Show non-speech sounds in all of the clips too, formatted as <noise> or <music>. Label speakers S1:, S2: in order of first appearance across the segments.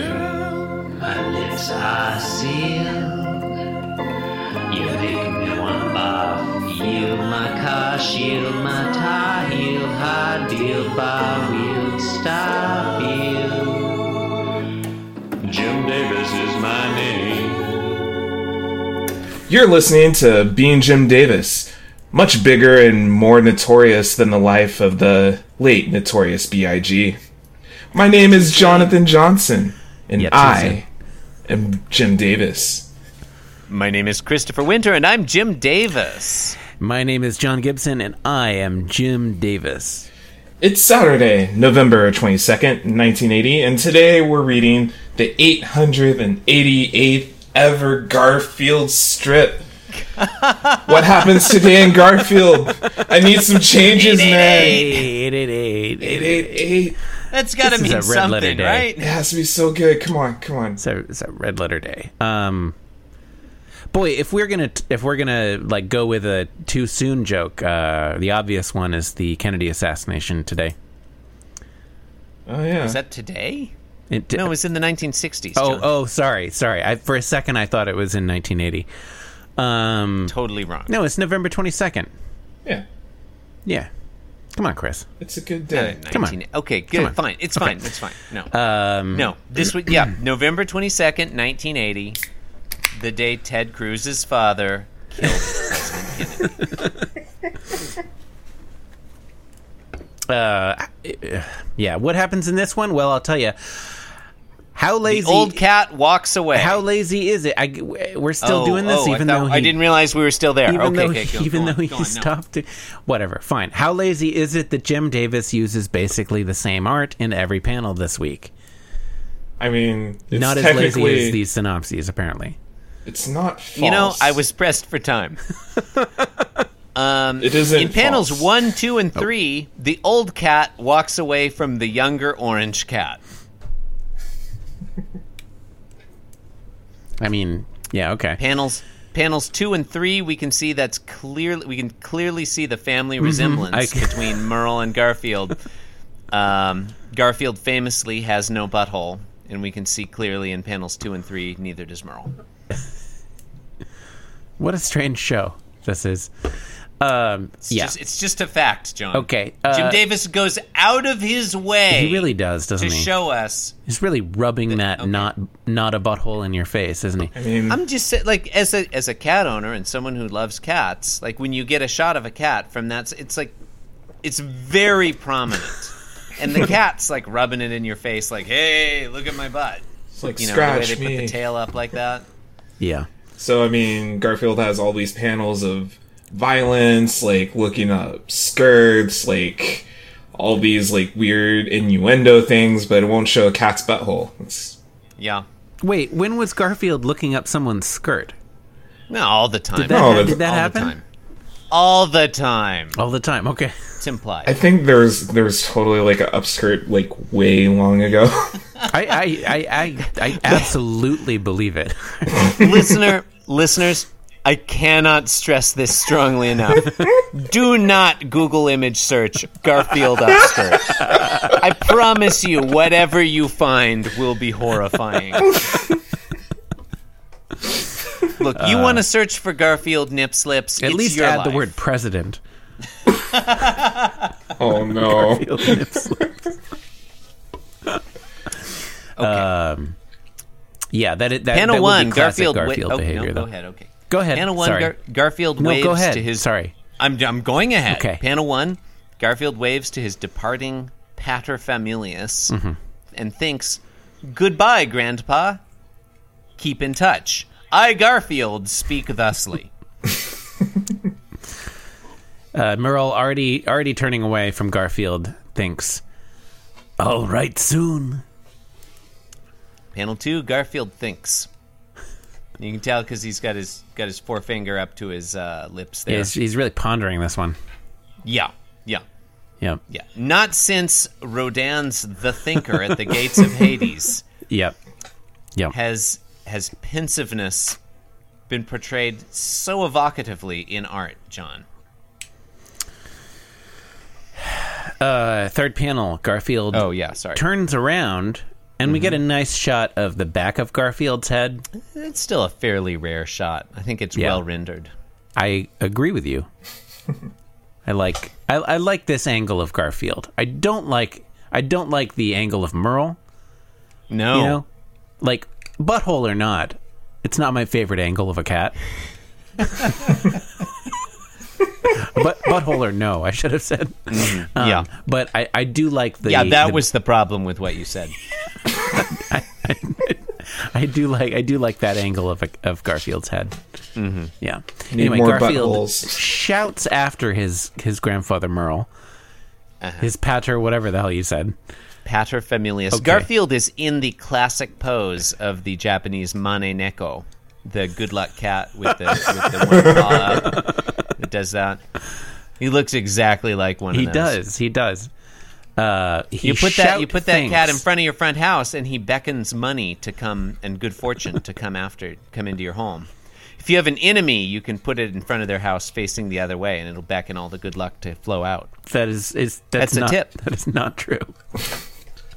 S1: Girl, my lips are sealed. You make me wanna barf. Yield my car, shield my tie, heel, hard deal, bar wheel, stop you. Jim Davis is my name.
S2: You're listening to Being Jim Davis, much bigger and more notorious than the life of the late notorious B.I.G. My name is Jonathan Johnson, and
S3: Yeah, too
S2: I am Jim Davis.
S4: My name is Christopher Winter, and I'm Jim Davis.
S3: My name is John Gibson, and I am Jim Davis.
S2: It's Saturday, November 22nd, 1980, and today we're reading the 888th ever Garfield strip. what happens today in Garfield? I need some changes, man.
S3: 888.
S2: 888.
S4: That's got to
S3: This is
S4: mean
S3: a red letter
S4: something,
S3: day.
S2: It
S4: right?
S2: has to be so good. Come on, come on.
S3: It's a, it's a red letter day. Um, boy, if we're gonna if we're gonna like go with a too soon joke, uh, the obvious one is the Kennedy assassination today.
S2: Oh yeah.
S4: Is that today?
S3: It,
S4: No, it was in the 1960s.
S3: oh
S4: John.
S3: oh sorry sorry. I, for a second I thought it was in 1980. Um,
S4: totally wrong.
S3: no, it's November 22nd.
S2: yeah.
S3: Yeah, come on, Chris.
S2: It's a good day.
S3: Come on.
S4: 19 Okay, good.
S3: on.
S4: Fine. It's fine. It's fine. No.
S3: Um,
S4: no. This was,
S3: <clears throat>
S4: yeah, November 22nd, 1980, the day Ted Cruz's father killed President Kennedy.
S3: uh, yeah. What happens in this one? Well, I'll tell you. How
S4: The
S3: lazy
S4: old cat walks away.
S3: How lazy is it? I, we're still
S4: Oh,
S3: doing this,
S4: oh, I
S3: even
S4: thought-
S3: though he,
S4: I didn't realize we were still there.
S3: even
S4: okay,
S3: though
S4: okay, go-
S3: even
S4: go
S3: though
S4: on,
S3: he
S4: go on, no.
S3: stopped. To, whatever, fine. How lazy is it that Jim Davis uses basically the same art in every panel this week?
S2: I mean, it's
S3: Not as lazy
S2: technically
S3: as these synopses, apparently.
S2: it's not false.
S4: You know, I was pressed for
S3: <laughs>
S4: time.
S2: It isn't
S4: In panels
S2: false.
S4: one, two,
S3: Oh.
S4: and three, the old cat walks away from the younger orange cat.
S3: I mean, yeah, okay.
S4: Panels panels two and three, we can see that's clearly we can clearly see the family resemblance
S3: Mm-hmm. I-
S4: between Merle and Garfield. Um, Garfield famously has no butthole, and we can see clearly in panels two and three, neither does Merle.
S3: What a strange show this is. Um,
S4: It's
S3: yeah,
S4: just, it's just a fact, John.
S3: Okay, uh,
S4: Jim Davis goes out of his way.
S3: he really does, doesn't
S4: to
S3: he?
S4: show us
S3: He's really rubbing that not not a butthole in your face, isn't he?
S2: I mean,
S4: I'm just saying, like as a as a cat owner and someone who loves cats, like when you get a shot of a cat from that, it's like it's very prominent, and the cat's like rubbing it in your face, like hey, look at my butt.
S2: it's like
S4: You know the way
S2: scratch
S4: they put
S2: me.
S4: the tail up like that.
S3: Yeah.
S2: so I mean, Garfield has all these panels of violence, like looking up skirts, like all these like weird innuendo things, but it won't show a cat's butthole. It's
S4: Yeah,
S3: Wait, when was Garfield looking up someone's skirt?
S4: no, all the time.
S3: Did that,
S2: No,
S3: ha-
S2: that's-
S3: did that
S4: all
S3: happen?
S4: the time. All the time.
S3: All the time. Okay.
S4: It's implied.
S2: I think there's there's totally like an upskirt like way long ago.
S3: <laughs>
S2: <laughs>
S3: I, I, I, I, I absolutely
S4: <laughs>
S3: believe it.
S4: listener listeners i cannot stress this strongly enough do not google image search garfield upskirt i promise you whatever you find will be horrifying look you want to search for garfield nip slips
S3: Uh, At
S4: it's
S3: least
S4: your
S3: add the
S4: life. <laughs>
S3: word president.
S2: oh no.
S3: <laughs> Um, yeah, that i- that,
S4: panel
S3: that would
S4: one
S3: be classic
S4: garfield, wa-
S3: Garfield
S4: oh,
S3: behavior.
S4: no,
S3: though.
S4: go ahead okay
S3: Go ahead.
S4: panel one
S3: Sorry.
S4: Gar- garfield
S3: no,
S4: waves
S3: go ahead.
S4: to his
S3: Sorry.
S4: I'm, I'm going ahead.
S3: Okay.
S4: Panel one Garfield waves to his departing paterfamilias and thinks, Goodbye, Grandpa. Keep in touch. I, Garfield, speak thusly. <laughs>
S3: Uh, Merle already already turning away from Garfield thinks, "All right, soon."
S4: Panel two Garfield thinks. You can tell because he's got his got his forefinger up to his uh, lips there.
S3: He's, he's really pondering this one.
S4: Yeah, yeah,
S3: Yep.
S4: yeah. Not since Rodin's The Thinker at the Gates of Hades
S3: Yep. Yep.
S4: has has pensiveness been portrayed so evocatively in art, John?
S3: Uh, third panel. Garfield
S4: Oh yeah, Mm-hmm. sorry.
S3: turns around and we get a nice shot of the back of Garfield's head.
S4: It's still a fairly rare shot. I think it's well rendered.
S3: I agree with you. I like I, I like this angle of Garfield. I don't like I don't like the angle of Merle.
S4: No.
S3: You
S4: Oh.
S3: know, like butthole or not, it's not my favorite angle of a cat. <laughs> but butthole or no, I should have said. Um,
S4: Mm-hmm. yeah.
S3: but I, I do like the
S4: Yeah, that
S3: the-
S4: was the problem with what you said.
S3: I do like I do like that angle of of Garfield's head. Mm-hmm. Yeah. anyway,
S2: more
S3: Garfield
S2: buttholes.
S3: shouts after his his grandfather Merle,
S4: Uh-huh.
S3: his pater, whatever the hell you said.
S4: Paterfamilias. Garfield is in the classic pose of the Japanese mane neko, the good luck cat with the, with the
S3: <laughs>
S4: one paw up that does that. He looks exactly like one
S3: He
S4: of those.
S3: does. He does. Uh, he
S4: You put that
S3: shout
S4: you put that cat in
S3: things.
S4: front of your front house, and he beckons money to come and good fortune to come after come into your home. If you have an enemy, you can put it in front of their house, facing the other way, and it'll beckon all the good luck to flow out.
S3: That is is that's,
S4: That's a
S3: not,
S4: tip.
S3: That is not true.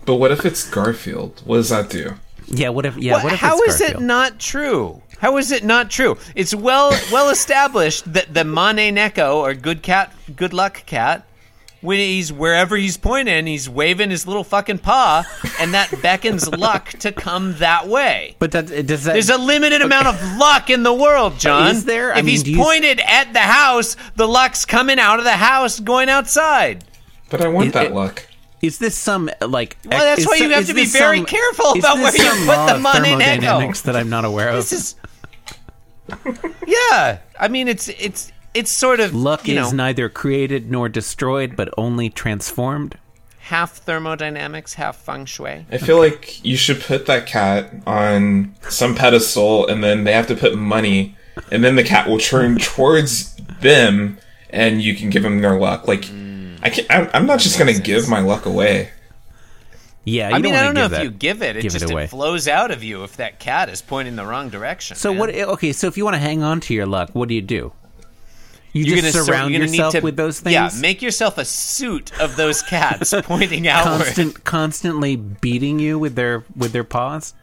S2: But what if it's Garfield? What does that do?
S3: Yeah. What if? Yeah. What,
S4: How
S3: if
S4: is
S3: it's
S4: it
S3: Garfield?
S4: not true? How is it not true? It's well well established that the Mane Neko or good cat good luck cat when he's wherever he's pointing, he's waving his little fucking paw, and that beckons luck to come that way.
S3: But that it- does that
S4: There's a limited amount of luck in the world, John.
S3: Is there? I
S4: If
S3: mean,
S4: he's
S3: do you-
S4: pointed at the house, the luck's coming out of the house, going outside.
S2: But I want that
S3: it-
S2: luck.
S3: is this some like?
S4: Well, that's
S3: is
S4: why
S3: so-
S4: you have
S3: is
S4: to be
S3: this
S4: very
S3: some-
S4: careful
S3: is
S4: about
S3: this
S4: where you
S3: some
S4: put
S3: law
S4: the
S3: of
S4: money in echo?
S3: thermodynamics that I'm not aware of.
S4: This
S3: <laughs>
S4: is, yeah. I mean, it's it's it's sort of
S3: Luck
S4: you
S3: is
S4: know,
S3: neither created nor destroyed, but only transformed.
S4: half thermodynamics, half feng shui.
S2: I feel like you should put that cat on some pedestal and then they have to put money and then the cat will turn towards them and you can give them their luck. Like
S3: Mm.
S2: I can't, I'm, I'm not just going to give my luck away.
S3: Yeah, you
S4: I mean, I
S3: wanna
S4: don't know
S3: give
S4: if
S3: that-
S4: you give it; it
S3: give
S4: just
S3: it away.
S4: flows out of you if that cat is pointing the wrong direction.
S3: so
S4: man.
S3: what? Okay, so if you want to hang on to your luck, what do you do? You
S4: You're
S3: just
S4: gonna sur-
S3: surround
S4: you're gonna need
S3: yourself
S4: to-
S3: with those things.
S4: Yeah, make yourself a suit of those
S3: <laughs>
S4: cats pointing outward.
S3: constant, constantly beating you with their with their paws.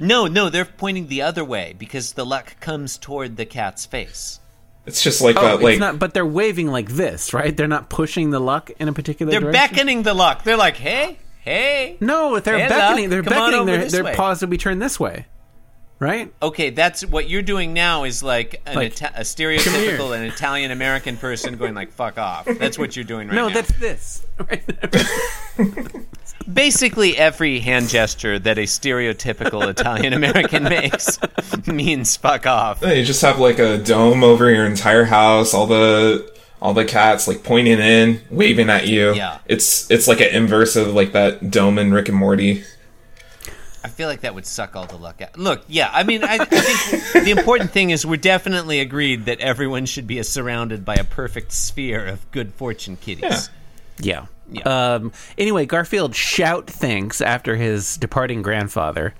S4: No, no, they're pointing the other way because the luck comes toward the cat's face.
S2: It's just like
S3: Oh,
S2: that, like
S3: it's not, but they're waving like this, right? They're not pushing the luck in a particular.
S4: They're
S3: direction.
S4: beckoning the luck. They're like, "Hey, hey."
S3: No, they're
S4: Hey, luck,
S3: beckoning. They're
S4: come on
S3: beckoning.
S4: over
S3: Their,
S4: this
S3: their
S4: way.
S3: paws will be turned this way, right?
S4: Okay, that's what you're doing now is like an
S3: Like,
S4: Ita- a
S3: here.
S4: stereotypical an Italian American person going like, "Fuck off." That's what you're doing right
S3: No,
S4: now.
S3: that's this. <laughs> Right?
S4: basically every hand gesture that a stereotypical Italian American makes means "fuck off."
S2: you just have like a dome over your entire house, all the all the cats like pointing in, waving at you.
S4: Yeah.
S2: It's it's like an inverse of like that dome in Rick and Morty.
S4: I feel like that would suck all the luck out. Look, yeah, I mean, I, I think the important thing is we're definitely agreed that everyone should be surrounded by a perfect sphere of good fortune kitties.
S3: yeah. Um, anyway, Garfield shout thanks after his departing grandfather.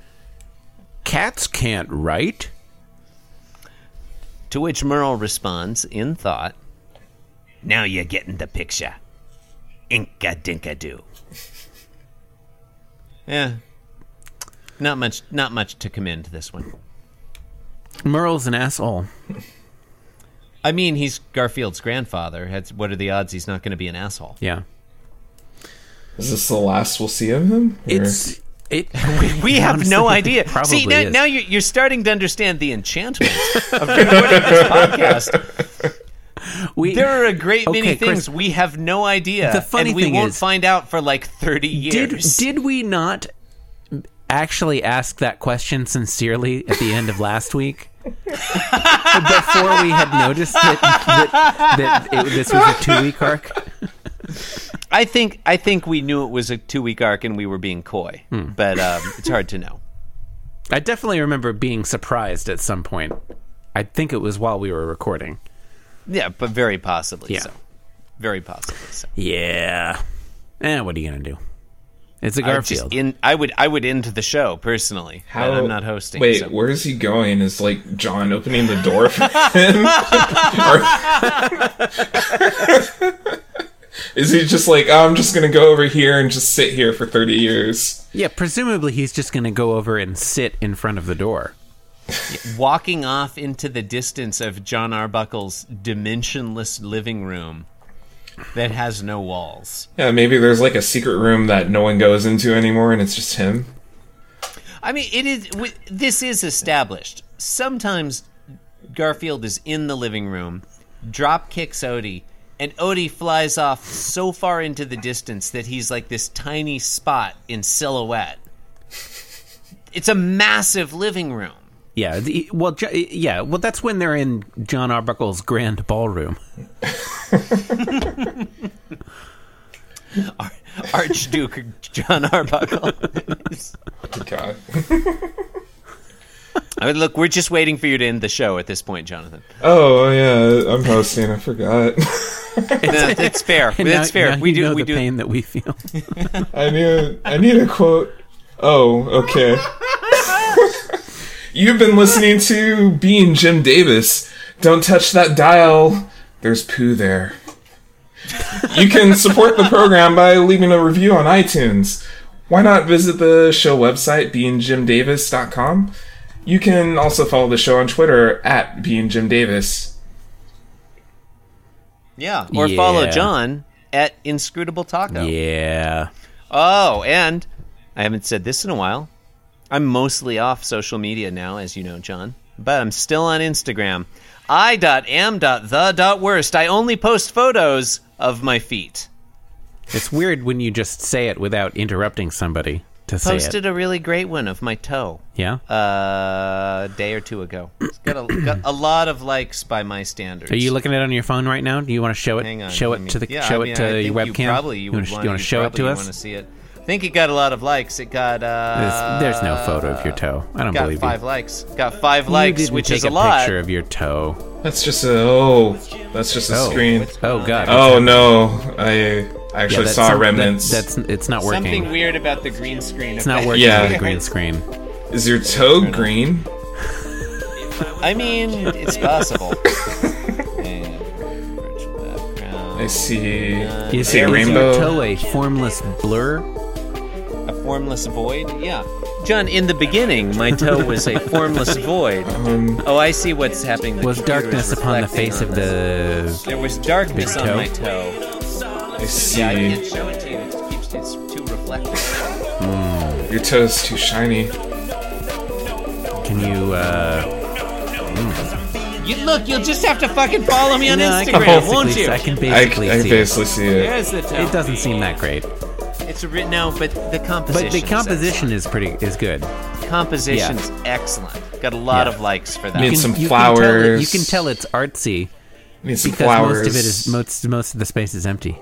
S3: Cats can't write.
S4: To which Merle responds in thought, "Now you're getting the picture, Inka Dinka Doo." Yeah, not much, not much to commend this one.
S3: Merle's an asshole.
S4: I mean, he's Garfield's grandfather. That's- What are the odds he's not going to be an asshole?
S3: Yeah.
S2: Is this the last we'll see of him? Or-
S3: It's it.
S4: <laughs> We have no idea.
S3: Probably
S4: See, now,
S3: is.
S4: now you're, you're starting to understand the
S3: <laughs>
S4: enchantment of recording this podcast.
S3: we,
S4: There are a great many
S3: Okay, Chris.
S4: things we have no idea,
S3: The funny
S4: and we
S3: thing
S4: won't
S3: is-
S4: find out for like 30
S3: did
S4: years.
S3: did we not actually ask that question sincerely at the end of last week? Before we had noticed that, that, that it, this was a two week arc.
S4: I think I think we knew it was a two week arc, and we were being coy,
S3: Hmm.
S4: but um, it's hard to know.
S3: I definitely remember being surprised at some point. I think it was while we were recording.
S4: Yeah, but very possibly
S3: Yeah.
S4: so. Very possibly so.
S3: Yeah. Eh, what are you gonna do? It's a
S4: I would just
S3: Garfield.
S4: in- I would I would end the show personally. How I'm not hosting.
S2: Wait,
S4: so-
S2: where is he going? Is like John opening the door for him? <laughs> Is he just like, "Oh, I'm just gonna go over here and just sit here for 30 years?
S3: Yeah, presumably he's just going to go over and sit in front of the door.
S4: Walking off into the distance of John Arbuckle's dimensionless living room that has no walls.
S2: Yeah, maybe there's like a secret room that no one goes into anymore and it's just him.
S4: I mean, it is. wi- This is established. Sometimes Garfield is in the living room, drop kicks Odie, and Odie flies off so far into the distance that he's like this tiny spot in silhouette. It's a massive living room. <laughs>
S3: Yeah, the, well, Jo- yeah, well, that's when they're in John Arbuckle's grand ballroom.
S4: Ar- Archduke John Arbuckle. <laughs>
S2: God. <laughs>
S4: I mean, look, we're just waiting for you to end the show at this point,
S3: <laughs>
S4: Jonathan.
S2: Oh yeah, I'm hosting. I forgot. <laughs>
S4: No, that's fair.
S3: And
S4: that's
S3: <laughs> now-
S4: fair.
S3: now
S4: we
S3: you
S4: do.
S3: know
S4: We
S3: the
S4: do.
S3: pain that
S4: <laughs>
S3: we feel.
S2: I need. I need a quote. Oh, okay. <laughs> You've been listening to Being Jim Davis. Don't touch that dial. There's poo there. You can support the program by leaving a review on iTunes. Why not visit the show website, beingjimdavis.com? You can also follow the show on Twitter at beingjimdavis.
S4: Yeah. Or follow
S3: Yeah.
S4: John at Inscrutable Taco.
S3: Yeah.
S4: Oh, and I haven't said this in a while. I'm mostly off social media now, as you know, John, but I'm still on Instagram. I.am.the.worst. I only post photos of my feet.
S3: It's weird when you just say it without interrupting somebody to say it.
S4: Posted a really great one of my toe
S3: Yeah.
S4: uh, a day or two ago. It's got a, got a lot of likes by my standards.
S3: Are you looking at it on your phone right now? Do you want to show it?
S4: Hang on.
S3: show
S4: let
S3: it
S4: me-
S3: to the
S4: yeah,
S3: show
S4: I mean,
S3: it to
S4: I
S3: your
S4: think
S3: webcam.
S4: You probably you,
S3: You
S4: would want,
S3: wanna- you wanna show it
S4: probably
S3: to
S4: Want
S3: us?
S4: to see it? I think it got a lot of likes. It got uh,
S3: There's, there's no photo of your toe. I don't
S4: got
S3: believe
S4: five
S3: you.
S4: likes. Got five
S3: you
S4: likes,
S3: didn't
S4: which
S3: take
S4: is
S3: a,
S4: a, lot.
S3: picture of your toe.
S2: That's just a. Oh, that's just a
S3: Oh.
S2: screen.
S3: Oh god.
S2: Oh no, I I
S3: Yeah,
S2: actually
S3: that's
S2: saw
S3: some- that-
S2: remnants.
S3: that's it's not working.
S4: Something weird about the green screen.
S3: It's not working
S2: Yeah.
S3: with the green screen.
S2: Is your toe green?
S4: I mean, it's <laughs> possible. And virtual background.
S2: I see.
S3: You
S2: see a rainbow?
S3: your toe a formless blur?
S4: a formless void. Yeah, John. In the beginning, my toe was a formless void.
S2: Hmm,
S4: oh, I see what's happening. The
S3: Was
S4: computer is
S3: darkness upon the
S4: reflecting
S3: face
S4: on
S3: of
S4: this.
S3: the
S4: There was darkness
S3: Big
S4: on
S3: toe?
S4: my toe.
S2: I see.
S4: Yeah, I can't show it to you. It keeps, it's too reflective.
S2: Your toe's too shiny.
S3: Can you uh
S4: You look. You'll just have to fucking follow me on
S3: no, I can
S4: Instagram,
S3: basically-
S4: won't you?
S3: I can
S2: I, I
S3: basically
S2: basically see
S3: see it.
S2: it.
S4: There's the toe.
S3: It doesn't seem that great.
S4: It's a written no, but the composition.
S3: But the
S4: is
S3: composition is pretty is good.
S4: excellent. composition is excellent. Got a lot
S3: Yeah.
S4: of likes for that.
S2: Means- some
S3: tell it-
S2: flowers.
S3: you can tell it's artsy
S2: Need some
S3: because
S2: flowers.
S3: most of it is most most of the space is empty.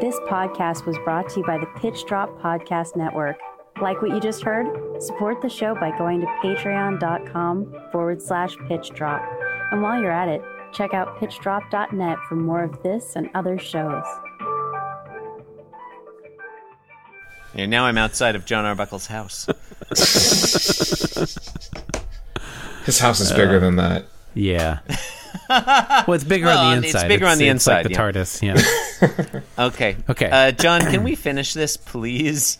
S5: This podcast was brought to you by the Pitch Drop Podcast Network. Like what you just heard? Support the show by going to patreon.com forward slash pitch drop. And while you're at it, check out pitchdrop.net for more of this and other shows.
S4: Yeah, now I'm outside of John Arbuckle's <laughs> house.
S2: His house is
S3: Uh,
S2: bigger than that.
S4: <laughs>
S3: Yeah. well, it's bigger
S4: Well,
S3: on the
S4: it's
S3: inside.
S4: bigger on the
S3: it's like
S4: inside,
S3: the TARDIS. Yeah.
S4: Okay.
S3: Okay.
S4: Uh, John, can we finish this, please?